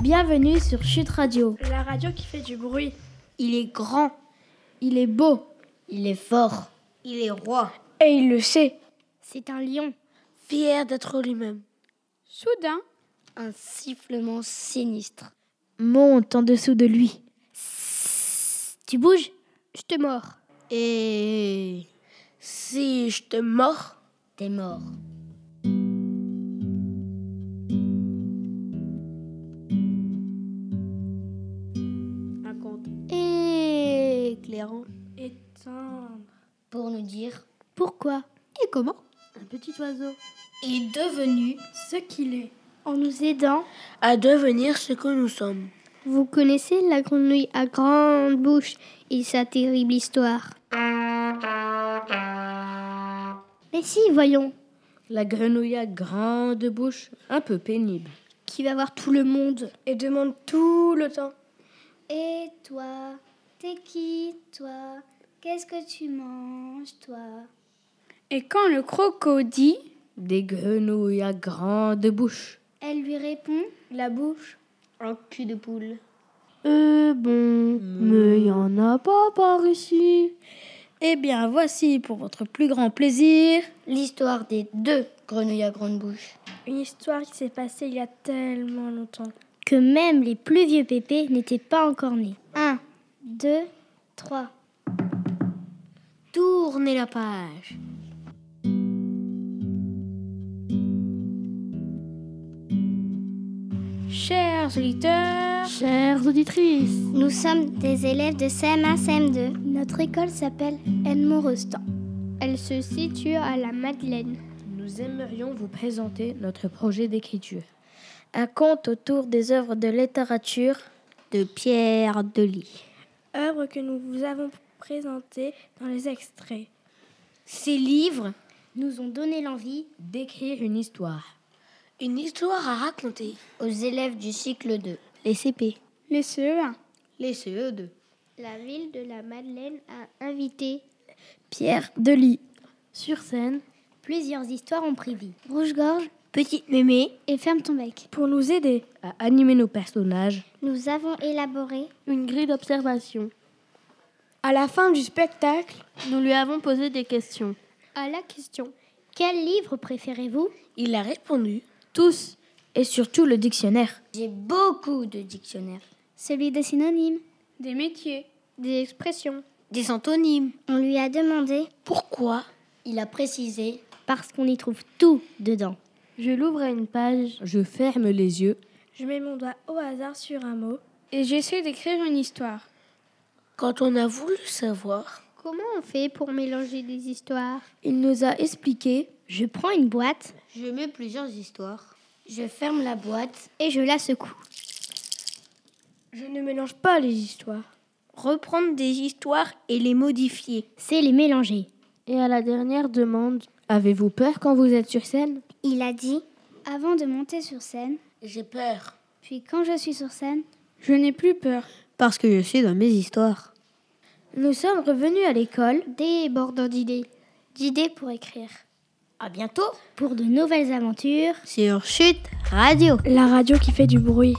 Bienvenue sur Chute Radio. La radio qui fait du bruit. Il est grand, Il est beau il est fort, il est roi. Et il le sait, C'est un lion. Fier d'être lui-même. soudain. Un sifflement sinistre. Monte en dessous de lui. Tu bouges Je te mords. Et si je te mords, t'es mort. Un conte Éclairant. éteint. Pour nous dire Pourquoi et comment Un petit oiseau. est devenu Ce qu'il est. En nous aidant. à devenir ce que nous sommes. Vous connaissez la grenouille à grande bouche et sa terrible histoire. Mais si, voyons, La grenouille à grande bouche, un peu pénible. qui va voir tout le monde. Et demande tout le temps. Et toi, t'es qui, toi Qu'est-ce que tu manges, toi Et quand le croco dit. Des grenouilles à grande bouche. Elle lui répond La bouche. Un cul de poule. Euh bon, mais y en a pas par ici. Eh bien, voici pour votre plus grand plaisir. L'histoire des deux grenouilles à grande bouche. Une histoire qui s'est passée il y a tellement longtemps. que même les plus vieux pépés n'étaient pas encore nés. 1, 2, 3. Tournez la page. Chers auditeurs, Chères auditrices, nous sommes des élèves de CM1, CM2. Notre école s'appelle Edmond-Rostand. Elle se situe à la Madeleine. nous aimerions vous présenter notre projet d'écriture. Un conte autour des œuvres de littérature de Pierre Delis. Œuvre que nous vous avons présentée dans les extraits. Ces livres, Nous ont donné l'envie D'écrire une histoire. une histoire à raconter aux élèves du cycle 2, les CP, Les E CE1. les E CE2. La ville de la Madeleine a invité Pierre, Delis. Sur scène, plusieurs histoires en privé. Rouge-gorge petite mémé, et ferme ton bec. Pour nous aider. à animer nos personnages. Nous avons élaboré une grille d'observation. À la fin du spectacle, Nous lui avons posé des questions. à la question Quel livre préférez-vous il a répondu. Tous. Et surtout le dictionnaire. J'ai beaucoup de dictionnaires, Celui des synonymes, des métiers. des expressions. des antonymes. On lui a demandé Pourquoi Il a précisé. parce qu'on y trouve tout dedans. Je l'ouvre à une page. Je ferme les yeux. Je mets mon doigt au hasard sur un mot. Et j'essaie d'écrire une histoire. Quand on a voulu savoir, Comment on fait pour mélanger des histoires Il nous a expliqué Je prends une boîte je mets plusieurs histoires. Je ferme la boîte, et je la secoue. Je ne mélange pas les histoires. reprendre des histoires et les modifier. C'est les mélanger. Et à la dernière demande, Avez-vous peur quand vous êtes sur scène Il a dit avant de monter sur scène, J'ai peur. puis quand je suis sur scène, Je n'ai plus peur. Parce que je suis dans mes histoires. Nous sommes revenus à l'école. débordant d'idées, d'idées pour écrire, À bientôt pour de nouvelles aventures. sur Chute Radio. La radio qui fait du bruit.